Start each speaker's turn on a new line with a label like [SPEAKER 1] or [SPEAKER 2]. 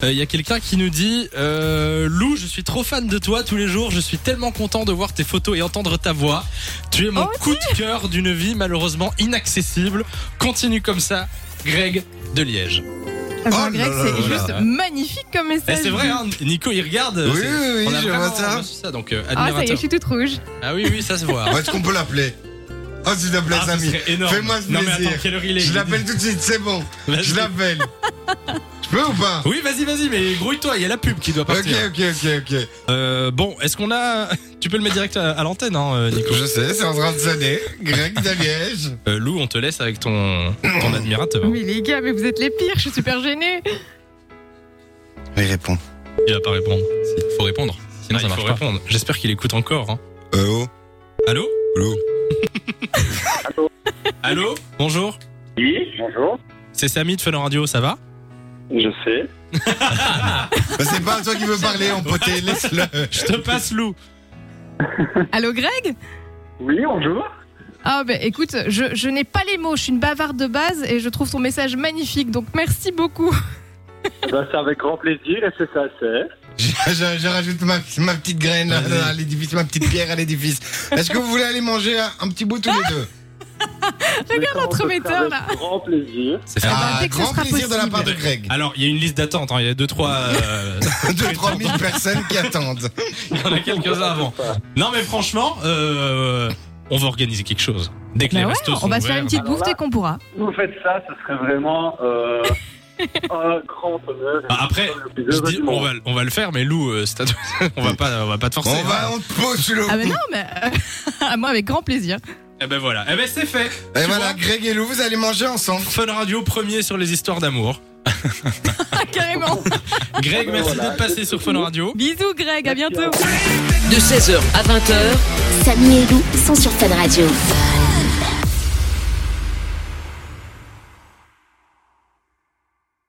[SPEAKER 1] Il Euh, y a quelqu'un qui nous dit euh, Lou, je suis trop fan de toi tous les jours. Je suis tellement content de voir tes photos et entendre ta voix. Tu es mon
[SPEAKER 2] Oh,
[SPEAKER 1] coup de cœur d'une vie malheureusement inaccessible. Continue comme ça, Greg de Liège.
[SPEAKER 2] Ah bah,
[SPEAKER 3] Oh
[SPEAKER 2] Greg,
[SPEAKER 3] là là
[SPEAKER 2] c'est
[SPEAKER 3] là
[SPEAKER 2] juste
[SPEAKER 1] là.
[SPEAKER 2] magnifique comme
[SPEAKER 1] Eh,
[SPEAKER 2] message.
[SPEAKER 1] c'est vrai, hein, Nico, il regarde.
[SPEAKER 3] Oui,
[SPEAKER 1] c'est-
[SPEAKER 3] oui, oui,
[SPEAKER 1] on a
[SPEAKER 3] je
[SPEAKER 1] vraiment
[SPEAKER 3] vois ça.
[SPEAKER 1] reçu ça, donc euh,
[SPEAKER 2] Ah, ça y est, je
[SPEAKER 1] admirateur.
[SPEAKER 2] suis toute rouge.
[SPEAKER 1] Ah oui, oui, ça se voit.
[SPEAKER 3] Est-ce qu'on peut l'appeler Oh, s'il te plaît,
[SPEAKER 1] Ah, ce
[SPEAKER 3] Samy.
[SPEAKER 1] serait énorme.
[SPEAKER 3] Fais-moi ce
[SPEAKER 1] Non, mais
[SPEAKER 3] plaisir.
[SPEAKER 1] attends, quelle heure il est
[SPEAKER 3] Je l'appelle tout de suite, c'est bon.
[SPEAKER 1] Vas-y.
[SPEAKER 3] Je l'appelle. Tu peux ou pas
[SPEAKER 1] Oui, vas-y, vas-y, mais grouille-toi, il y a la pub qui doit
[SPEAKER 3] Ok,
[SPEAKER 1] partir.
[SPEAKER 3] ok, ok, ok.
[SPEAKER 1] Euh, bon, est-ce qu'on a. Tu peux le mettre direct à, à l'antenne, hein, euh, Nico
[SPEAKER 3] Je sais, c'est en train de sonner. Greg de Liège.
[SPEAKER 1] Euh, Lou, on te laisse avec ton, ton admirateur.
[SPEAKER 2] Mais les gars, mais vous êtes les pires, je suis super gênée.
[SPEAKER 3] Il répond.
[SPEAKER 1] Il va pas répondre. Ah, Faut répondre. Sinon, ça marche pas. J'espère qu'il écoute encore. hein.
[SPEAKER 3] Euh, oh,
[SPEAKER 1] Allô
[SPEAKER 3] Lou.
[SPEAKER 1] Allô Bonjour.
[SPEAKER 4] Oui, bonjour.
[SPEAKER 1] C'est Samy de Fun Radio, ça va
[SPEAKER 4] Je sais.
[SPEAKER 3] Bah, c'est pas à toi qui veux parler, en poté, laisse-le.
[SPEAKER 1] Je te passe Lou.
[SPEAKER 2] Allô, Greg
[SPEAKER 4] Oui, bonjour.
[SPEAKER 2] Ah, bah écoute, je, je n'ai pas les mots, je suis une bavarde de base et je trouve ton message magnifique, donc merci beaucoup.
[SPEAKER 1] Bah
[SPEAKER 4] Ben, c'est avec grand plaisir et c'est sincère.
[SPEAKER 3] Je, je- je rajoute ma, ma petite graine là,
[SPEAKER 1] Vas-y.
[SPEAKER 3] à l'édifice, ma petite pierre à l'édifice. Est-ce que vous voulez aller manger un, un petit bout tous les deux
[SPEAKER 2] Regarde l'entremetteur, là.
[SPEAKER 4] Avec grand plaisir.
[SPEAKER 1] C'est
[SPEAKER 2] Ah. dès que ce
[SPEAKER 3] grand
[SPEAKER 2] sera
[SPEAKER 3] plaisir de la
[SPEAKER 2] possible.
[SPEAKER 3] part de Greg.
[SPEAKER 1] Alors, il y a une liste d'attente. hein. Il y a deux, trois. euh,
[SPEAKER 2] Ah,
[SPEAKER 3] Deux, trois mille personnes qui attendent.
[SPEAKER 1] Il y en a quelques-uns avant. Non, mais franchement, euh, on va organiser quelque chose. Dès que les
[SPEAKER 2] Bah ouais,
[SPEAKER 1] restos sont
[SPEAKER 2] on va se faire
[SPEAKER 1] ouverts.
[SPEAKER 2] une petite
[SPEAKER 4] Alors
[SPEAKER 2] bouffe dès
[SPEAKER 4] là-
[SPEAKER 2] qu'on pourra.
[SPEAKER 4] Vous faites ça, ce serait vraiment euh, un grand honneur.
[SPEAKER 1] Ah, après,
[SPEAKER 4] Le plus
[SPEAKER 1] Je
[SPEAKER 4] heureux
[SPEAKER 1] dis,
[SPEAKER 4] du
[SPEAKER 1] on
[SPEAKER 4] monde.
[SPEAKER 1] va, on va le faire, mais Lou, euh, c'est à toi. on va pas, on va pas te forcer.
[SPEAKER 3] On va, on te pose sous l'eau.
[SPEAKER 2] Ah, bah non, mais. euh, moi, avec grand plaisir.
[SPEAKER 1] Eh ben voilà. Eh ben c'est fait.
[SPEAKER 3] Et
[SPEAKER 1] Tu
[SPEAKER 3] voilà, Greg et Lou, vous allez manger ensemble.
[SPEAKER 1] vois, Fun Radio premier sur les histoires d'amour.
[SPEAKER 2] Ah, carrément.
[SPEAKER 1] Greg, merci
[SPEAKER 4] Voilà.
[SPEAKER 1] d'être passé sur Fun Radio.
[SPEAKER 2] Bisous, Greg, à
[SPEAKER 4] Merci,
[SPEAKER 2] bientôt.
[SPEAKER 4] au revoir.
[SPEAKER 5] de 16h à 20h.
[SPEAKER 6] Samy et Lou sont sur Fun Radio.